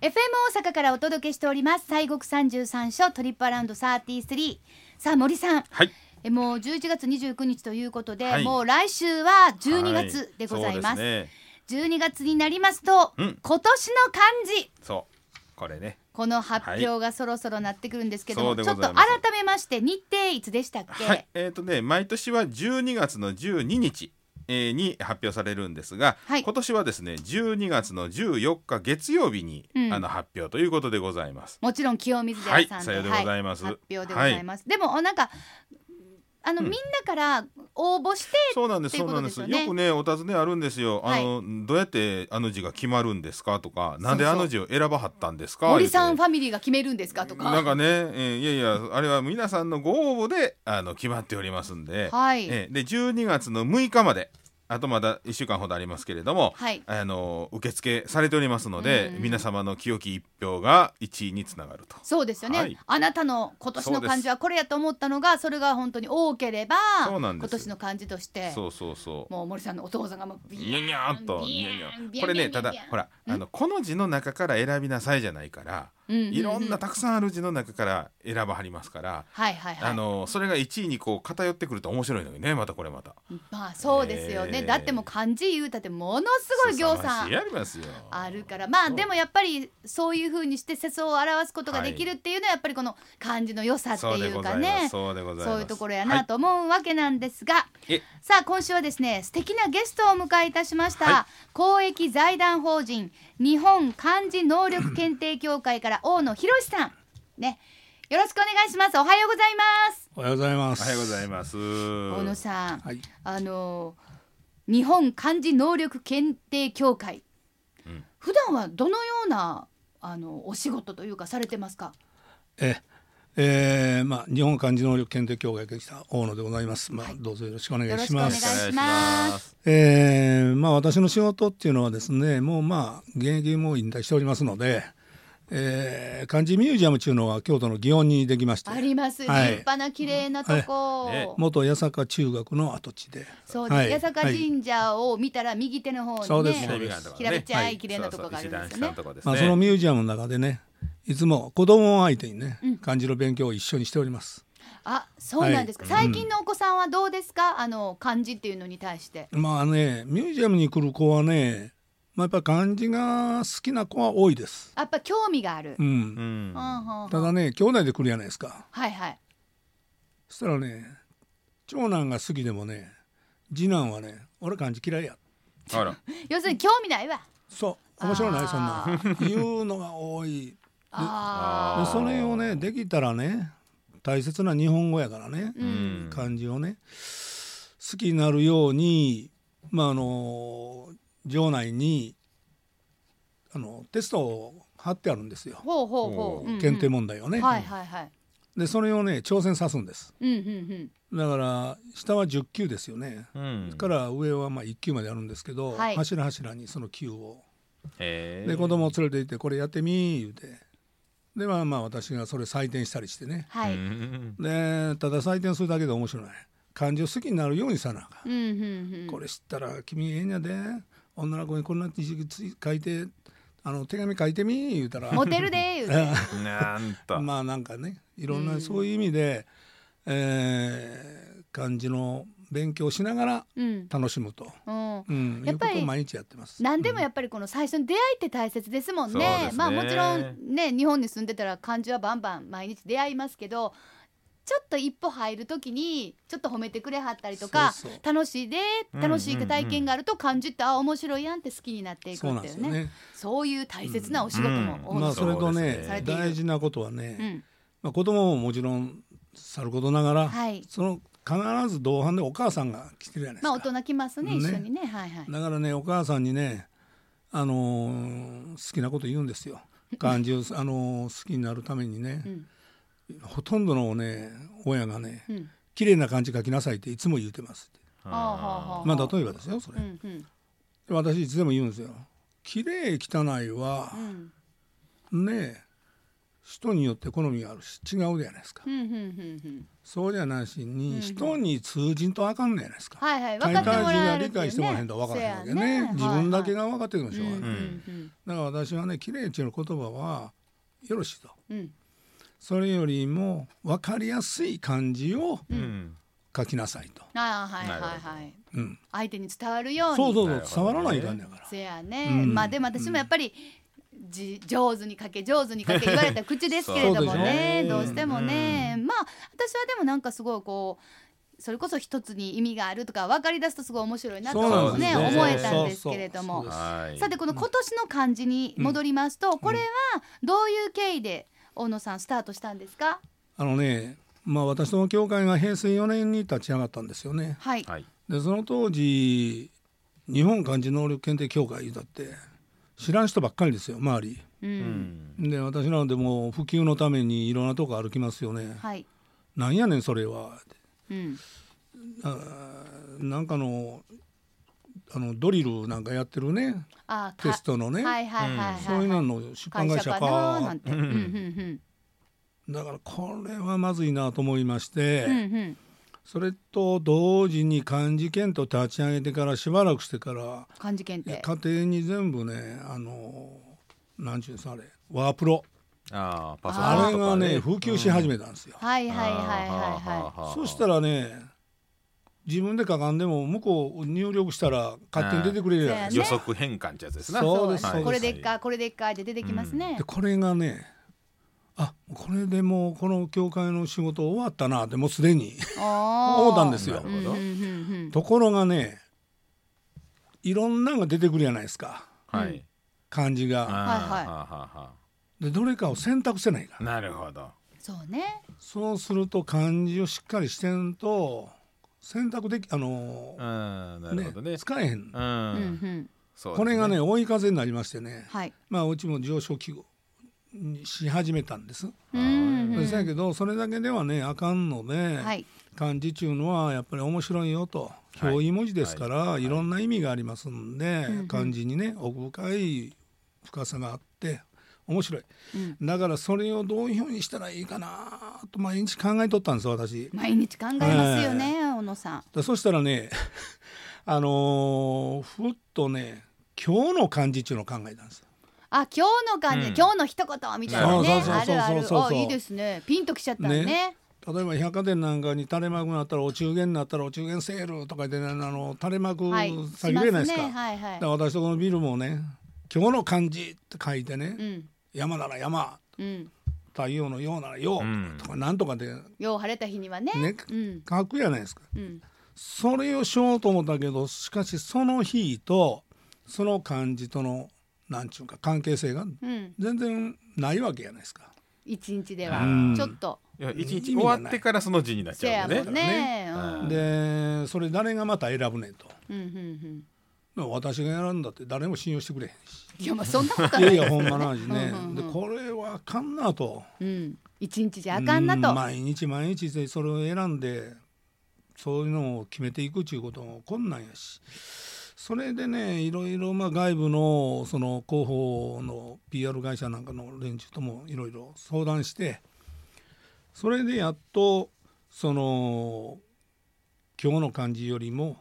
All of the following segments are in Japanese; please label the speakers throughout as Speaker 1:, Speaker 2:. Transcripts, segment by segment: Speaker 1: FM 大阪からお届けしております西国三十三所トリップアラウンド33さあ森さん
Speaker 2: はい。
Speaker 1: えもう11月29日ということで、
Speaker 2: はい
Speaker 1: もう来週は12月でござい
Speaker 2: は
Speaker 1: ます,、
Speaker 2: いそうですね。
Speaker 1: 12月になりますと、
Speaker 2: うん
Speaker 1: 今年の漢字
Speaker 2: そう。これね。
Speaker 1: この発表がそろそろなってくるんですけども、
Speaker 2: はいそう
Speaker 1: ち
Speaker 2: で
Speaker 1: ょっ
Speaker 2: ご
Speaker 1: と
Speaker 2: ざ
Speaker 1: 改
Speaker 2: います
Speaker 1: めまして日程いつでしたっけ、
Speaker 2: はい。えっ、とね、毎年は12月の12日。えーに発表されるんですが、
Speaker 1: はい
Speaker 2: 今年はですね12月の14日月曜日に、
Speaker 1: うん
Speaker 2: あの発表ということでございます。
Speaker 1: もちろん清水寺さんと、
Speaker 2: はいさようでございます
Speaker 1: 発表でございます、でもなんかあの、みんなから応募して
Speaker 2: そうなんです、
Speaker 1: ってい
Speaker 2: そうう
Speaker 1: こ
Speaker 2: な
Speaker 1: とで
Speaker 2: んですす
Speaker 1: よ
Speaker 2: よ。
Speaker 1: ね
Speaker 2: くね、お尋ねあるんですよ。あの、どうやってあの字が決まるんですかとか、なんであの字を選ばはったんですか。
Speaker 1: 森さん
Speaker 2: 言う
Speaker 1: ファミリーが決めるんですかと
Speaker 2: て
Speaker 1: か
Speaker 2: なんかね、えーいやいや、あれは皆さんのご応募で、あの決まっておりますんで。
Speaker 1: はい、
Speaker 2: えーで、12月の6日まで。あとまだ1週間ほどありますけれども、
Speaker 1: はい
Speaker 2: あの受付されておりますので、
Speaker 1: うん
Speaker 2: 皆様の清き一票が1位につながると
Speaker 1: そうですよね、
Speaker 2: はい
Speaker 1: あなたの今年の漢字はこれやと思ったのがそれが本当に多ければ
Speaker 2: そうな
Speaker 1: 今
Speaker 2: んです
Speaker 1: 年の漢字として
Speaker 2: そうそうそう
Speaker 1: もう森さんのお父さんがもうビ
Speaker 2: にゃにゃーっと
Speaker 1: ビ
Speaker 2: に
Speaker 1: ヤ
Speaker 2: ゃ
Speaker 1: ーン
Speaker 2: に
Speaker 1: ビヤ
Speaker 2: ゃーこ
Speaker 1: ーン
Speaker 2: れね
Speaker 1: ビヤー
Speaker 2: た
Speaker 1: ン
Speaker 2: だ
Speaker 1: ビヤーン
Speaker 2: ほらあのこの字の中から選びなさいじゃないから
Speaker 1: うんうんうん
Speaker 2: いろんなたくさんある字の中から選ばはりますから
Speaker 1: はいはいはい
Speaker 2: あのそれが1位にこう偏ってくると面白いのにねまたこれまた
Speaker 1: まあそうですよね、
Speaker 2: えー
Speaker 1: だってもう漢字言うたってものすごい行さ
Speaker 2: さ
Speaker 1: ん
Speaker 2: やりますよ
Speaker 1: あるからまあ
Speaker 2: そう
Speaker 1: でもやっぱりそういうふうにして世相を表すことができるっていうのはやっぱりこの漢字の良さって
Speaker 2: そうで
Speaker 1: いう
Speaker 2: ご
Speaker 1: か
Speaker 2: ざいま
Speaker 1: ね
Speaker 2: すそうでございます
Speaker 1: そういうところや
Speaker 2: は
Speaker 1: ないと思うわけなんですが、
Speaker 2: え
Speaker 1: さあ今週はですね素敵なゲストをお迎えいたしました、
Speaker 2: は
Speaker 1: 公益財団法人日本漢字能力検定協会 から大野博さんねよろしくお願いしますおはようございます
Speaker 3: おはようございま
Speaker 2: お
Speaker 3: す。
Speaker 2: はようございます
Speaker 1: 大野さん、
Speaker 3: はい。
Speaker 1: あの日本漢字能力検定協会、
Speaker 2: うん
Speaker 1: 普段はどのようなあのお仕事というかされてますか
Speaker 3: え、えー、まあ日本漢字能力検定協会が来た大野でございます。まあ、どうぞよろしくお願いしま
Speaker 1: よろしく
Speaker 3: す。
Speaker 1: お願いします
Speaker 3: えー、まあ私の仕事っていうのはですね、もうまあ現役も引退しておりますので、えー、漢字ミュージアムっていうのは京都の祇園にできまして、
Speaker 1: あります、
Speaker 3: はい
Speaker 1: 立派な綺麗なとこ、
Speaker 2: はいね
Speaker 3: 元八坂中学の跡地で、
Speaker 1: そうです、
Speaker 3: はい
Speaker 1: 八坂神社を見たら右手の方にね、
Speaker 3: そうです
Speaker 2: 南側のとこね
Speaker 1: 平べっちゃい
Speaker 2: はい
Speaker 1: 綺麗なとこがあるんですよね
Speaker 2: そうそう石段下のとこです
Speaker 3: ま
Speaker 2: ね
Speaker 3: あそのミュージアムの中でね、いつも子供を相手にね
Speaker 1: うん、
Speaker 3: 漢字の勉強を一緒にしております。
Speaker 1: あそうなんですか、
Speaker 3: はい
Speaker 1: 最近のお子さんはどうですかあの漢字っていうのに対して
Speaker 3: まあね、ミュージアムに来る子はね、まあやっぱ漢字が好きな子は多いです。
Speaker 1: やっぱ興味がある、
Speaker 3: う、
Speaker 2: うんん
Speaker 1: うんうんうん
Speaker 3: ただね兄弟で来るやないですか
Speaker 1: はいはい
Speaker 3: そしたらね長男が好きでもね次男はね俺漢字嫌いや
Speaker 2: あら
Speaker 1: 要するに興味ないわ
Speaker 3: そう面白いな
Speaker 1: あ
Speaker 3: いそんな
Speaker 1: ー
Speaker 3: ん言うのが多い
Speaker 1: あ
Speaker 2: あ
Speaker 3: で
Speaker 2: ー
Speaker 3: それをねできたらね大切な日本語やからね
Speaker 1: ーう
Speaker 2: うんん
Speaker 3: 漢字をね好きになるようにまああの場内にあのテストを貼ってあるんですよ
Speaker 1: ほうほうほう、うんうん
Speaker 3: 検定問題をね、
Speaker 1: はいはいはい
Speaker 3: でそれをね挑戦さすんです
Speaker 1: うんうんうん
Speaker 3: だから下は10級ですよね
Speaker 2: うん
Speaker 3: から上はまあ1級まであるんですけど、
Speaker 1: はい
Speaker 3: 柱柱にその級を、
Speaker 2: へー
Speaker 3: で子供を連れて行ってこれやってみー言うてでまあまあ私がそれ採点したりしてね
Speaker 1: はい、
Speaker 2: う
Speaker 1: うん
Speaker 2: ん
Speaker 3: でただ採点するだけで面白い漢字を好きになるようにさなあかん、
Speaker 1: うんうん、
Speaker 3: これ知ったら君ええんやで女の子にこんな字つい書いてあの手紙書いてみー言うたら
Speaker 1: モテるでー言 うて
Speaker 2: なんと
Speaker 3: まあなんかねいろん
Speaker 1: うん
Speaker 3: なそういう意味で、えー漢字の勉強をしながら
Speaker 1: うん、
Speaker 3: 楽しむと、
Speaker 1: うん
Speaker 3: うん、
Speaker 1: やっぱり
Speaker 3: いうことを毎日やってます。
Speaker 1: 何でもやっぱりこの最初の出会いって大切ですもんね
Speaker 2: そうですね
Speaker 1: まあもちろんね日本に住んでたら漢字はバンバン毎日出会いますけどちょっと一歩入る時にちょっと褒めてくれはったりとか
Speaker 3: そうそう
Speaker 1: 楽しいで
Speaker 2: うん
Speaker 1: 楽しい体験があると漢字ってあ面白いやんって好きになっていく
Speaker 3: そう
Speaker 1: っ
Speaker 3: なん
Speaker 1: て
Speaker 3: で
Speaker 1: い
Speaker 3: す
Speaker 1: う
Speaker 3: よ
Speaker 1: ね
Speaker 3: ね。
Speaker 1: そういう大切なお仕事も多い、
Speaker 2: うん
Speaker 3: まあそれと
Speaker 2: そうです
Speaker 3: ね
Speaker 2: ね
Speaker 1: されている
Speaker 3: 大事なことは
Speaker 1: う
Speaker 3: ね、
Speaker 1: ん
Speaker 3: まあ、子供ももちろんさることながら、
Speaker 1: はい
Speaker 3: その必ず同伴でお母さんが来てるじゃないで
Speaker 1: ますあ
Speaker 3: か、
Speaker 1: 大人きますね
Speaker 3: ね
Speaker 1: 一緒にねはいはい
Speaker 3: だからねお母さんにね、あのー好きなこと言うん ですよ漢字を、あのー好きになるためにね
Speaker 1: う、ん
Speaker 3: ほとんどのね親がね
Speaker 1: うん
Speaker 3: 綺麗な漢字書きなさいっていつも言うてますって
Speaker 1: ああ
Speaker 3: まあ例えばですよそれ、
Speaker 1: うんうん
Speaker 3: 私いつでも言うんですよ綺麗汚いは
Speaker 1: う、ん
Speaker 3: ねえ人によって好みがあるし違うじゃないですか
Speaker 1: ふんふんふんふん
Speaker 3: そうじゃないし
Speaker 1: うん
Speaker 3: に人に通じんとあかんのじゃないですか
Speaker 1: はいはい分
Speaker 3: 大
Speaker 1: かっ
Speaker 3: 体
Speaker 1: てもらえる
Speaker 3: 理解してもらえんと分からへんわけね自分だけが分かってるんで
Speaker 1: で
Speaker 3: しょうがない、
Speaker 1: うんうん
Speaker 3: だから私はね綺麗っちゅう言葉はよろしいと
Speaker 1: うん
Speaker 3: それよりも分かりやすい漢字を
Speaker 2: うん
Speaker 3: 書きなさいと、
Speaker 1: ああはいはい
Speaker 2: なるほ
Speaker 1: はい
Speaker 3: うん、
Speaker 1: 相手に伝わるように
Speaker 3: そうそう
Speaker 2: な
Speaker 3: そ
Speaker 2: るほど
Speaker 3: う伝わらないかんねやから
Speaker 1: せやね、
Speaker 3: うん
Speaker 1: まあでも私もやっぱり、じ上手に書け上手に書け言われたら口ですけれどもね
Speaker 3: そう
Speaker 1: ど
Speaker 3: でしょ
Speaker 1: うしてもね、まあ私はでもなんかすごいこうそれこそ一つに意味があるとか分かり出すとすごい面白いなと
Speaker 2: そうなんです
Speaker 1: ね
Speaker 2: ね
Speaker 1: 思えたんですけれども
Speaker 3: そうそう
Speaker 2: はい
Speaker 1: さてこの今年の漢字に戻りますと、これはどういう経緯で大野さんスタートしたんですか
Speaker 3: あのねまあ私ども教会が平成4年に立ち上がったんですよね
Speaker 1: はい、
Speaker 2: はい
Speaker 3: でその当時日本漢字能力検定協会だって知らん人ばっかりですよ周り
Speaker 1: う
Speaker 2: うんん
Speaker 3: で私なんでもう普及のためにいろんなとこ歩きますよね
Speaker 1: はい
Speaker 3: なんやねんそれは
Speaker 1: うん
Speaker 3: あーなんかのあのドリルなんかやってるね
Speaker 1: あーか
Speaker 3: テストのね、
Speaker 1: はいはいはいはい、
Speaker 3: そういうのの出版
Speaker 1: 会
Speaker 3: 会
Speaker 1: 社
Speaker 3: 社か
Speaker 1: かなーなんて、うんうん
Speaker 3: だからこれはまずいなと思いまして、
Speaker 1: うんうんうん
Speaker 3: それと同時に漢字検討立ち上げてからしばらくしてから
Speaker 1: 漢字検定
Speaker 3: 家庭に全部ねあの何ちゅうんですかあれワープロ
Speaker 2: ああパソコ
Speaker 3: あ
Speaker 2: ン
Speaker 3: れ
Speaker 2: と
Speaker 3: が
Speaker 2: か
Speaker 3: ね普及し始めたんですよ、
Speaker 1: はいはいはいはいは
Speaker 2: は
Speaker 3: そした
Speaker 2: ら
Speaker 3: らね自分で書かんでも向こう入力したら勝手に出てくれるじゃないです
Speaker 1: ね
Speaker 2: 予測変換ってやつです
Speaker 1: い。
Speaker 2: な
Speaker 3: そうです
Speaker 1: ね
Speaker 3: そうです
Speaker 1: これでっかこれでっかって出てきますね
Speaker 3: かで。これがねあこれでもうこの教会の仕事終わったなってもうすでに
Speaker 1: 思
Speaker 3: 思ったんですよ
Speaker 2: な
Speaker 1: う
Speaker 2: る
Speaker 1: んうんうんうん。
Speaker 3: ところがねいろんなのが出てくるじゃないですか
Speaker 2: はい
Speaker 3: 漢字
Speaker 2: あー
Speaker 3: が
Speaker 1: はいはい
Speaker 2: はあは
Speaker 3: でどれかを選択せないから
Speaker 2: あなるほど
Speaker 1: そうね。
Speaker 3: そうすると漢字をしっかりしてんと選択できあの
Speaker 2: うんなるほどね
Speaker 3: ね使えへん
Speaker 2: う
Speaker 1: うんん
Speaker 2: そうです
Speaker 3: これがね追い風になりましてね
Speaker 1: はい。
Speaker 3: まあうちも上昇記号にし始めたんです。
Speaker 1: うんうん
Speaker 3: そやけどそれだけではねあかんので、
Speaker 1: はい。
Speaker 3: 漢字っていうのはやっぱり面白いよと
Speaker 2: い
Speaker 3: 表意文字ですから、い、ろんな意味がありますんで、
Speaker 1: うん
Speaker 3: 漢字にね奥深い深さがあって面白い
Speaker 1: うん
Speaker 3: だからそれをどういうふうにしたらいいかなと毎日考えとったんです私。
Speaker 1: 毎日考えますよね、小野さん。
Speaker 3: でそしたらね あのーふっとね今日の漢字っていうのを考えたんですよ。
Speaker 1: あ今日の感じ、
Speaker 2: うん
Speaker 1: 今日の一言みたいなね
Speaker 3: そう
Speaker 1: あ
Speaker 3: そうそうそう
Speaker 1: るある
Speaker 3: そうそう
Speaker 1: あいいですねピンときちゃったねね
Speaker 3: ね例えば百貨店なんかに垂れ幕になったらお中元になったらお中元セールとかで、ね、あの垂れ幕
Speaker 1: はい
Speaker 3: さ
Speaker 1: します
Speaker 3: れるじゃないで
Speaker 1: ね
Speaker 3: すか。
Speaker 1: はいはい
Speaker 3: だから私とこのビルもね今日の漢字って書いてね、
Speaker 1: うん
Speaker 3: 山なら山
Speaker 1: うん
Speaker 3: 太陽のようならよ
Speaker 2: うん
Speaker 3: とかなんとかでね、
Speaker 1: よう晴れた日にはねうん
Speaker 3: 書くじゃないですか
Speaker 1: うん
Speaker 3: それをしようと思ったけどしかしその日とその漢字とのなんちゅうか関係性が
Speaker 1: うん
Speaker 3: 全然ないわけじゃないですか。
Speaker 1: 一日で
Speaker 3: う
Speaker 1: は
Speaker 3: ん
Speaker 1: ちょっと
Speaker 2: いや一日
Speaker 3: 意味
Speaker 2: 終
Speaker 3: が
Speaker 2: わってからその字になっち
Speaker 1: せや
Speaker 2: ゃうよ
Speaker 1: も
Speaker 2: ね
Speaker 1: んね
Speaker 2: だからね
Speaker 1: うん
Speaker 3: でそれ誰がまた選ぶねんと
Speaker 1: うんうんうん
Speaker 3: 私が選んだって誰も信用してくれへんし。
Speaker 1: いやまあそんなことはない
Speaker 3: や
Speaker 1: い
Speaker 3: いやほんまな話ね
Speaker 1: うんうんうん
Speaker 3: でこれはあかんなと
Speaker 1: うん一日じゃあかんな
Speaker 3: う
Speaker 1: と
Speaker 3: 毎日毎日でそれを選んでそういうのを決めていくっていうことも困難やしそれでねいろいろまあ外部のその広報の PR 会社なんかの連中ともいろいろ相談してそれでやっとその今日の漢字よりも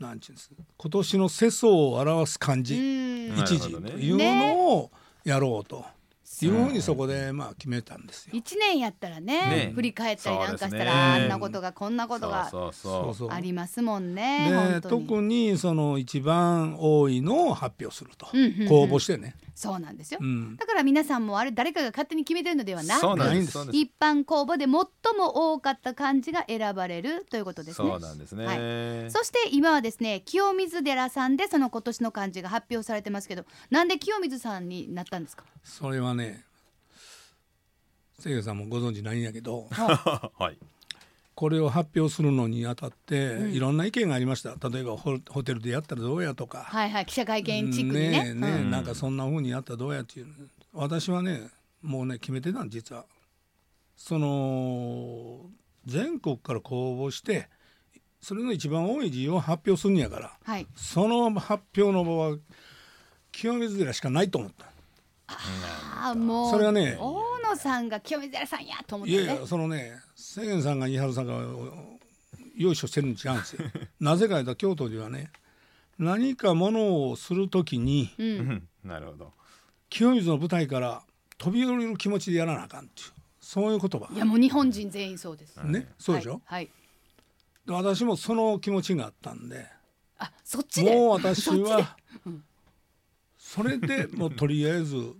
Speaker 3: なんちゅうんです今年の世相を表す漢
Speaker 1: う
Speaker 3: 字
Speaker 1: ん
Speaker 2: なる
Speaker 3: 一
Speaker 2: ほ
Speaker 3: 時
Speaker 2: どね
Speaker 3: というのをやろうというふうにそこでまあ決めたんですよ。
Speaker 1: 一年やったらね
Speaker 2: ね
Speaker 1: 振り返ったりなんかしたらあ
Speaker 2: そうですね
Speaker 1: んなことがこんなことが
Speaker 2: そうそう
Speaker 3: そ
Speaker 2: そう
Speaker 3: うそう
Speaker 1: ありますもんね
Speaker 3: で
Speaker 1: 本当に
Speaker 3: 特にその一番多いのを発表すると、
Speaker 1: うんうんうん
Speaker 3: 公募してね、
Speaker 1: そうなんですよ
Speaker 3: うん
Speaker 1: だから皆さんもあれ誰かが勝手に決めてるのではな
Speaker 2: そう
Speaker 1: く
Speaker 2: なんです
Speaker 3: ない
Speaker 2: そ
Speaker 3: ん
Speaker 2: う
Speaker 1: 一般公募で最も多かった漢字が選ばれるということ
Speaker 2: で
Speaker 1: ですすね
Speaker 2: そうなんですね、
Speaker 1: はいそして今はですね清水寺さんでその今年の漢字が発表されてますけどなんで清水さんになったんですか
Speaker 3: それはね清家さんもご存知ないんやけど
Speaker 2: はい
Speaker 3: これを発表するのにあたって、
Speaker 1: うん
Speaker 3: いろんな意見がありました例えばホホテルでやったらどうやとか、
Speaker 1: はいはい記者会見地区にね
Speaker 3: ねえねえ
Speaker 2: うん
Speaker 3: なんかそんなふうにやったらどうやっていう私はねもうね決めてたん実はその全国から公募してそれの一番多い字を発表するんやから
Speaker 1: はい
Speaker 3: その発表の場は清水寺しかないと思った
Speaker 1: ああもう
Speaker 3: それはね
Speaker 1: 大野野さんが清水寺さんやと思っ
Speaker 3: い
Speaker 1: て
Speaker 3: や
Speaker 1: ね
Speaker 3: いやそのね千円さんが伊原さんがよいしょしてるん違うんです よなぜか言うと京都ではね何かものをするときに
Speaker 1: うん、
Speaker 2: なるほど。
Speaker 3: 清水の舞台から飛び降りる気持ちでやらなあかんっていうそういう言葉
Speaker 1: いやもう日本人全員そうです、
Speaker 2: ん
Speaker 3: ねそうでしょ、
Speaker 1: はい、はい
Speaker 3: で私もその気持ちがあったんで
Speaker 1: あそっちで
Speaker 3: もう私
Speaker 1: そっちで
Speaker 3: はそれでもうとりあえず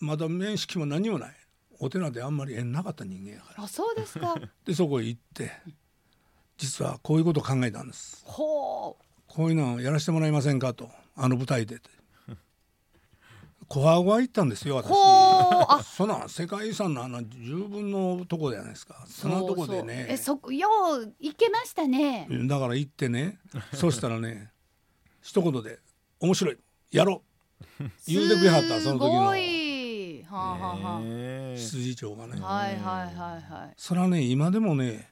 Speaker 3: まだ面識も何もないお寺であんまり縁なかった人間やから
Speaker 1: あそうです か
Speaker 3: でそこへ行って実はこういうことを考えたんです
Speaker 1: ほ
Speaker 3: こういうのをやらせてもらえませんかとあの舞台でってコアゴア行ったんですよ
Speaker 1: う
Speaker 3: 私
Speaker 1: ほうあ
Speaker 3: そんな世界遺産のあの十分のとこじゃないですかそんなとこ
Speaker 1: そ
Speaker 3: でね
Speaker 1: うそうえそこよう行けましたね
Speaker 3: だから行ってねそしたらね一言で「面白いやろう」言うてくれはったそ
Speaker 1: す
Speaker 3: の時の
Speaker 1: ごいはあ、はあは
Speaker 2: ええ
Speaker 3: 執事長がね
Speaker 1: あ、はいはいはいはい
Speaker 3: それはね今でもね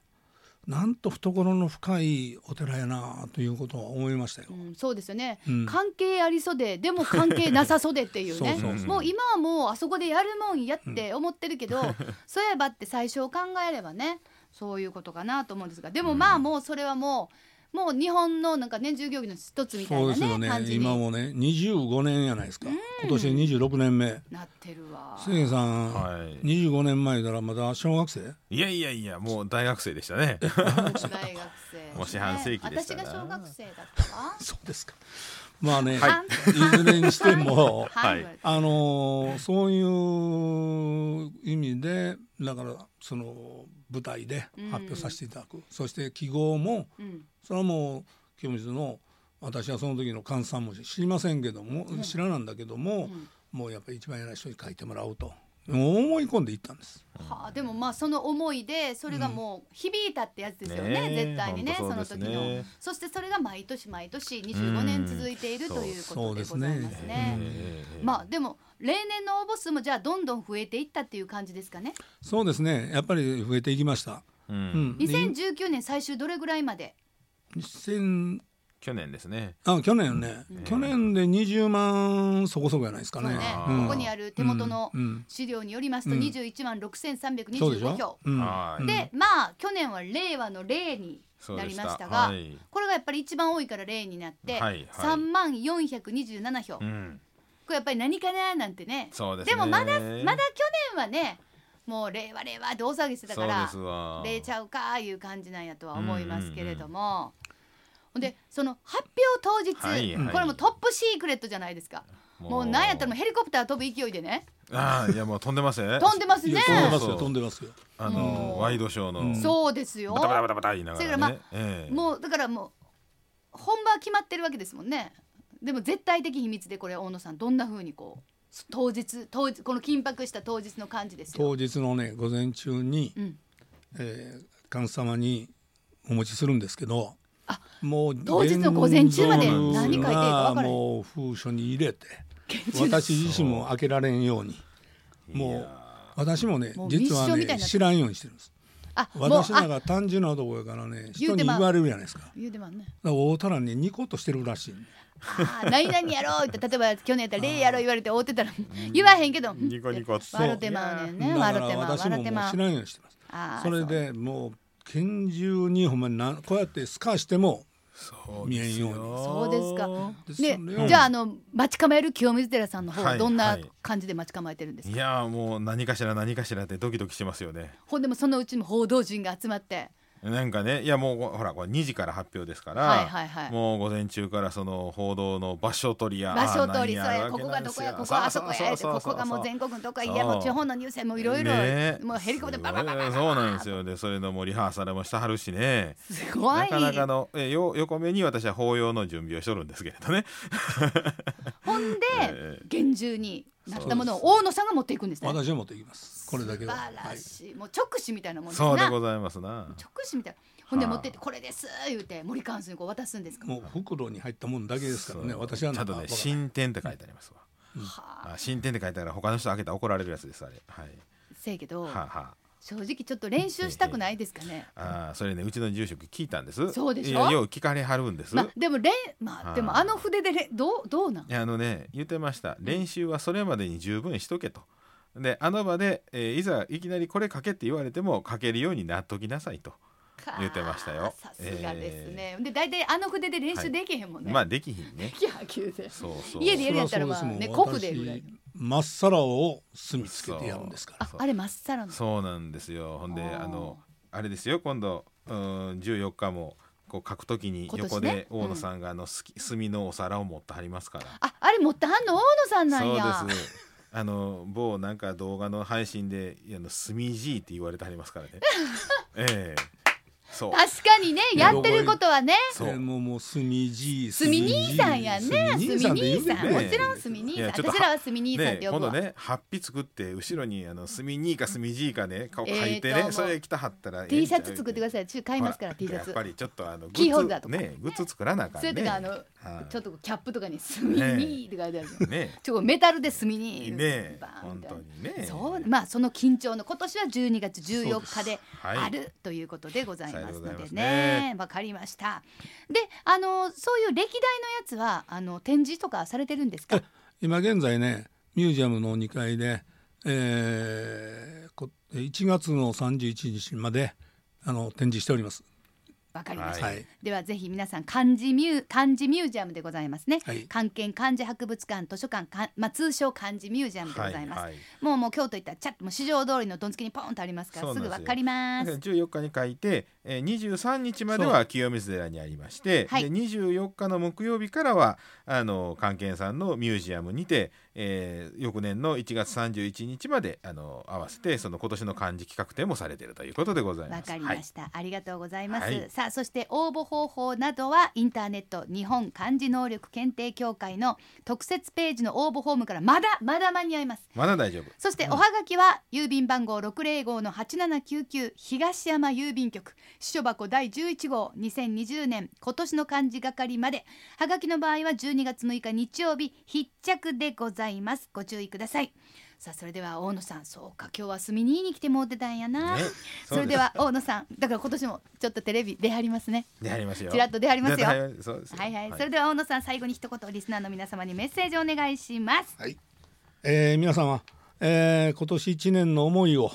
Speaker 3: なんと懐の深いお寺やなということは思いましたよ
Speaker 1: う。ん、そうですよね、
Speaker 3: うん
Speaker 1: 関係ありそうででも関係なさそうでっていうね
Speaker 3: そうそうそう
Speaker 1: もう今はもうあそこでやるもんやって思ってるけど、そういえばって最初考えればねそういうことかなと思うんですがでもまあもうそれはもうもう日本のなんか年中行事の一つみたい
Speaker 3: そうです
Speaker 1: な
Speaker 3: よ
Speaker 1: ね
Speaker 3: ね
Speaker 1: 感じ
Speaker 3: 今
Speaker 1: に
Speaker 3: もね25年やないですか今年で26年目
Speaker 1: なってるわ。
Speaker 3: せいさん、
Speaker 2: はい
Speaker 3: 25年前ならまだ小学生
Speaker 2: いやいやいや、もう大学生でしたね。
Speaker 1: 大学生
Speaker 2: もう四半世紀でした
Speaker 1: ね
Speaker 2: な
Speaker 1: 私が小学生だったわ。
Speaker 3: そうですかまあね、、
Speaker 1: はい
Speaker 3: ずれにしても
Speaker 2: はい
Speaker 1: はい
Speaker 3: あのーそういう意味でだからその舞台で発表させていただく、そして記号も
Speaker 1: うん
Speaker 3: それはもう清水の私はその時の換算も知りませんけども、知らなんだけども、もうやっぱり一番偉い人に書いてもらおうと思い込んでいったんです。
Speaker 1: はあ、でもまあその思いでそれがもう響いたってやつですよね、
Speaker 2: ねえ
Speaker 1: 絶対にねそ
Speaker 2: 本
Speaker 1: の
Speaker 2: 当そう
Speaker 1: 時
Speaker 2: ですね
Speaker 1: のそしてそれが毎年毎年25年続いている
Speaker 2: うん
Speaker 1: ということで
Speaker 3: そ
Speaker 1: ご
Speaker 3: う
Speaker 1: ざい
Speaker 3: そう
Speaker 1: ま
Speaker 3: ですす
Speaker 1: ね
Speaker 3: ね。
Speaker 2: ええ
Speaker 1: まあでも例年の応募数もじゃあどんどん増えていったっていう感じですかね。
Speaker 3: そうですねやっぱり増えていきました。
Speaker 2: う、
Speaker 3: うんん、で
Speaker 1: 2019年最終どれぐらいまで？
Speaker 3: 2000
Speaker 2: 去年ですね。
Speaker 3: あ去年ね、去年で20万そこそこじゃないですか
Speaker 1: そう
Speaker 3: ね。
Speaker 1: ね、
Speaker 2: うん
Speaker 1: ここにある手元の
Speaker 3: うんうん
Speaker 1: 資料によりますと
Speaker 3: うん
Speaker 1: 21万
Speaker 3: そうでし
Speaker 1: 6325
Speaker 3: ょ
Speaker 1: 票。。
Speaker 3: うん
Speaker 2: はい
Speaker 3: うん
Speaker 1: でまあ去年は令和の令になりましたが
Speaker 2: そうでしたはい
Speaker 1: これがやっぱり一番多いから令になって、
Speaker 2: はいはい
Speaker 1: 3万427票、
Speaker 2: う
Speaker 1: こ
Speaker 2: ん、
Speaker 1: れやっぱり何かななんてね
Speaker 2: そうですね。
Speaker 1: もまだまだ去年はねもう令和令和って大騒ぎしてたか
Speaker 2: そうです
Speaker 1: ら
Speaker 2: わ
Speaker 1: 令ちゃうかいう感じなんやとは思いますけれども、ほんでその発表当日、
Speaker 2: はいはい
Speaker 1: これもトップシークレットじゃないですか。もうなんやったらもうヘリコプター飛ぶ勢いでね
Speaker 2: ああ、いや、もう飛んでますね。
Speaker 1: 飛んでます
Speaker 3: い
Speaker 1: ね
Speaker 3: や。飛んでます
Speaker 2: そ
Speaker 3: よ
Speaker 2: う
Speaker 3: 飛んでますよ。
Speaker 2: あの、ワイドショーの。
Speaker 1: そうですよ
Speaker 2: バタバタバタバタ言いなが
Speaker 1: それかららま
Speaker 2: ね。ええ
Speaker 1: もうだからもう本場は決まってるわけですもんねでも絶対的秘密でこれ大野さんどんな風にこう当日当日この緊迫した当日の感じですよ。
Speaker 3: 当日のね午前中に、
Speaker 1: うん
Speaker 3: えー、神様にお持ちするんですけどもう
Speaker 1: 当日の午前中まで
Speaker 2: 何書いていいか分
Speaker 1: からへん
Speaker 3: 現像がもう封書に入れて私自身も開けられんようにもう私もね
Speaker 1: もう
Speaker 3: 実は
Speaker 1: 密書みたいになっ
Speaker 3: ね
Speaker 1: てる
Speaker 3: 知らんようにしてるんです
Speaker 1: あもう
Speaker 3: 私なん
Speaker 1: あ
Speaker 3: か単純なとこやからね
Speaker 1: 言
Speaker 3: 人
Speaker 1: うて
Speaker 3: に
Speaker 1: まう
Speaker 3: 言われるじゃないですかだか
Speaker 1: 言うてまんね。
Speaker 3: ら大たらねニコッとしてるらしい
Speaker 1: あー何々やろうって例えば去年やったら礼やろう言われて追ってたら言わへんけど
Speaker 2: ニコニコそう
Speaker 1: 笑ってまうねんね
Speaker 3: だか
Speaker 1: 笑
Speaker 3: ら
Speaker 1: ってまう
Speaker 3: 私も
Speaker 1: 笑
Speaker 3: も
Speaker 1: っ
Speaker 3: う
Speaker 1: て
Speaker 3: 知
Speaker 1: ま
Speaker 3: ら
Speaker 1: うん
Speaker 3: ようにしてます
Speaker 1: あー
Speaker 3: それでもう拳銃にほんまになこうやって透かしても
Speaker 2: そう
Speaker 3: 見え
Speaker 2: で
Speaker 3: ん
Speaker 2: す
Speaker 3: よう
Speaker 2: よ
Speaker 3: に
Speaker 1: そうですか。
Speaker 3: で
Speaker 1: で
Speaker 3: それを
Speaker 1: じゃああの待ち構える清水寺さんの方
Speaker 2: は
Speaker 1: はいどんな
Speaker 2: はい
Speaker 1: 感じで待ち構えてるんですか
Speaker 2: いやーもう何かしら何かしらってドキドキしてますよね。
Speaker 1: ほんでもそのうちも報道陣が集まって
Speaker 2: なんかねいやもうほらこれ2時から発表ですから、
Speaker 1: はいはいはい
Speaker 2: もう午前中からその報道の場所取りや
Speaker 1: 場所取り
Speaker 2: あ
Speaker 1: そ
Speaker 2: ー何
Speaker 1: れ
Speaker 2: や
Speaker 1: ここがどこや
Speaker 2: わ
Speaker 1: こ
Speaker 2: け
Speaker 1: こはあ
Speaker 2: な
Speaker 1: そ
Speaker 2: ん
Speaker 1: こ
Speaker 2: です
Speaker 1: や
Speaker 2: よ
Speaker 1: ここがもう全国どこやいやもう地方のニュースやもういろいろ
Speaker 2: ね
Speaker 1: もうヘリコプターババババ
Speaker 2: すごいそうなんですよでそれのもうリハーサルもしたはるしね
Speaker 1: すごい
Speaker 2: なかなかのえよ横目に私は法要の準備をしとるんですけれどね
Speaker 1: ほんで
Speaker 2: え
Speaker 1: 厳重になったものを大野さんが持っていくんですね
Speaker 3: 私は持っていきますこれだけ
Speaker 1: 素晴
Speaker 3: はは
Speaker 1: ら
Speaker 3: い
Speaker 1: しいもう直視みたいなもんですな
Speaker 2: そうでご
Speaker 1: 直
Speaker 2: ざいますな
Speaker 1: 視みたいなほんで
Speaker 2: はあ
Speaker 1: 持ってってこれです言うて森川さんにこう渡すんですか
Speaker 3: もう袋に入ったもんだけですからね
Speaker 2: そう
Speaker 3: 私は
Speaker 2: ち
Speaker 3: な
Speaker 2: ゃ
Speaker 3: ん
Speaker 2: ん
Speaker 3: か
Speaker 2: とね
Speaker 3: わからない
Speaker 2: 新店って書いてありますわ
Speaker 1: はあ
Speaker 2: あ新店って書いてあるから他の人開けたら怒られるやつですあれはい
Speaker 1: せやけど
Speaker 2: はあ、はあ
Speaker 1: 正直ちょっと練習したくないですかね
Speaker 2: あーそれねうちの住職聞いたんです
Speaker 1: そうでしょ
Speaker 2: いやよう聞かれはるんです、
Speaker 1: まあでもれんま
Speaker 2: は
Speaker 1: あ
Speaker 2: あ
Speaker 1: でもあの筆でれどうどうなん
Speaker 2: いやあのね言ってました練習はそれまでに十分しとけとであの場で、えーいざいきなりこれ書けって言われても書けるようになっときなさいと、
Speaker 1: か
Speaker 2: 言ってましたよ
Speaker 1: さすがですね。で大体あの筆で練習できへんもんね。
Speaker 2: まあできひんね
Speaker 1: いや急で。
Speaker 2: そうそう
Speaker 1: 家でやるやったらまあ
Speaker 3: そりゃそ
Speaker 1: ね
Speaker 3: うですもん
Speaker 1: コフでぐらい。
Speaker 3: 私まっさらを墨つけてやるんですから
Speaker 1: ああれまっさらの。
Speaker 2: そうなんですよほんで
Speaker 1: あー
Speaker 2: あのあれですよ今度うん14日もこう書くときに
Speaker 1: 今年ね
Speaker 2: 横で
Speaker 1: うん
Speaker 2: 大野さんがあのすき墨のお皿を持ってはりますから、
Speaker 1: ああれ持ってはんの大野さんなんや。
Speaker 2: そうですあの某なんか動画の配信で「あの墨じい」って言われてはりま すからねええそう
Speaker 1: 確かにね
Speaker 3: ね
Speaker 1: やってることはね。
Speaker 2: そう
Speaker 3: でももう墨じい
Speaker 1: すみ兄さんやね。すみ
Speaker 3: 墨じい
Speaker 1: 兄さん。
Speaker 2: ね
Speaker 1: もちろんすみ兄
Speaker 2: い
Speaker 1: さん。
Speaker 2: やちょっと
Speaker 1: 私らはすみ兄さんっ
Speaker 2: ね
Speaker 1: て呼
Speaker 2: 今
Speaker 1: ぶ
Speaker 2: 度
Speaker 1: わ。
Speaker 2: ねハッピ作って後ろにあの墨にいか墨じいかね顔書いて
Speaker 1: えーと
Speaker 2: ね、
Speaker 1: もう
Speaker 2: それ着たはったらええ
Speaker 1: T シャツ作ってくだ
Speaker 2: い
Speaker 1: さい。ちょっと買いますから T シャ
Speaker 2: や
Speaker 1: ツ
Speaker 2: っぱ。りちょっとあのグッズ
Speaker 1: キーホルダーとか
Speaker 2: ねグッズ作らなあかん
Speaker 1: それ
Speaker 2: ね
Speaker 1: とかあの
Speaker 2: はい
Speaker 1: ちょっとこうキャップとかにすみ兄って書いてあるの。
Speaker 2: ね
Speaker 1: ちょっとメタルで炭に
Speaker 2: ね
Speaker 1: バーン
Speaker 2: 本
Speaker 1: みたい
Speaker 2: 当
Speaker 1: な
Speaker 2: にね
Speaker 1: そうまあその緊張の今年は12月14日で
Speaker 2: はい
Speaker 1: あるということでございます
Speaker 2: さようでござい
Speaker 1: の
Speaker 2: ま
Speaker 1: ですね
Speaker 2: ね
Speaker 1: わ、かりましたであのそういう歴代のやつはあの展示とかされてるんですか
Speaker 3: 今現在ねミュージアムの2階で、えーこ1月の31日まであの展示しております。
Speaker 1: わかりました、
Speaker 2: はい
Speaker 1: ではぜひ皆さん漢字ミュー漢字ミュージアムでございますね、
Speaker 3: はい
Speaker 1: 漢検漢字博物館図書館か、まあ、通称漢字ミュージアムでございます、
Speaker 2: はいはい
Speaker 1: もうもう京都行ったらちゃっともう市場通りのどんつきにポンとありますから
Speaker 2: そう
Speaker 1: す
Speaker 2: なん
Speaker 1: ぐ
Speaker 2: ですよ
Speaker 1: わかりま
Speaker 2: だ
Speaker 1: す
Speaker 2: から14日に書いて、えー、23日までは清水寺にありまして、
Speaker 1: はい
Speaker 2: で24日の木曜日からはあの関係さんのミュージアムにて、えー翌年の1月31日まであの合わせてその今年の漢字企画展もされているということでございます。
Speaker 1: わかり
Speaker 2: は
Speaker 1: ま
Speaker 2: い
Speaker 1: した、ありがとうございます、
Speaker 2: はい
Speaker 1: さあそして応募方法などはインターネット日本漢字能力検定協会の特設ページの応募フォームからまだまだ間に合います
Speaker 2: まだ大丈夫。
Speaker 1: そしておはがきは郵便番号605-8799東山郵便局支所箱第11号2020年今年の漢字係まではがきの場合は12月6日日曜日必着でございますご注意くださいさあそれでは大野さんそうか今日は隅にに来てもうてたんやな、
Speaker 2: ね
Speaker 1: それでは大野さんだから今年もちょっとテレビ出はりますね
Speaker 2: 出張りますよ。
Speaker 1: ちらっと出張りますよ
Speaker 2: 出張りそうですよ
Speaker 1: はいはい、それでは大野さん最後に一言リスナーの皆様にメッセージお願いします
Speaker 3: はい、えー皆様、えー今年1年の思いを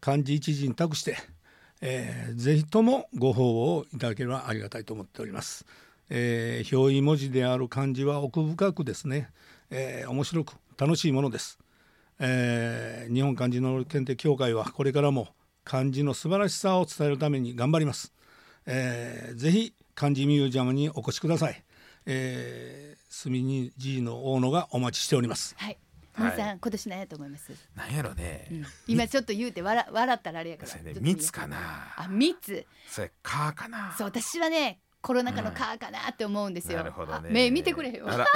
Speaker 3: 漢字一字に託して、えーぜひともご奉応をいただければありがたいと思っております、えー表意文字である漢字は奥深くですね、えー面白く楽しいものです、えー日本漢字能力検定協会はこれからも漢字の素晴らしさを伝えるために頑張ります、えーぜひ漢字ミュージアムにお越しください、えー、隅に G の大野がお待ちしております
Speaker 1: はい
Speaker 2: はい
Speaker 1: 大野さん、今年何やと思います、
Speaker 2: なんやろね。
Speaker 1: うん今ちょっと言うて笑笑ったらあれやから
Speaker 2: そう
Speaker 1: ちょ
Speaker 2: や
Speaker 1: っ
Speaker 2: ね
Speaker 1: とね
Speaker 2: 密かな。
Speaker 1: あ密
Speaker 2: それかかな。
Speaker 1: そう私はねコロナ禍のかかなって思うんですよ、
Speaker 2: なるほどね
Speaker 1: あ。目見てくれよ
Speaker 2: あら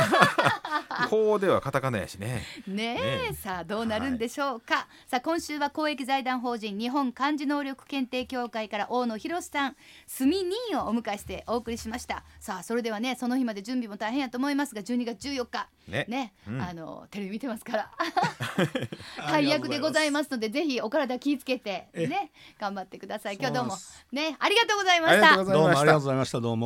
Speaker 2: こうではカタカナやしね。
Speaker 1: ねえ
Speaker 2: ねえ
Speaker 1: さあどうなるんでしょうか、さあ今週は公益財団法人日本漢字能力検定協会から大野博さん住人をお迎えしてお送りしましたさあそれではねその日まで準備も大変やと思いますが12月14日
Speaker 2: ね
Speaker 1: ね、
Speaker 2: うん
Speaker 1: あのテレビ見てますから大役でございますのでぜひお体気をつけて
Speaker 3: え
Speaker 1: ね頑張ってください今日どうも
Speaker 3: そう
Speaker 1: ねありがとうございま
Speaker 2: あ
Speaker 1: し
Speaker 2: りがとう
Speaker 1: た
Speaker 2: ございました
Speaker 3: どうもありがとうございましたどうも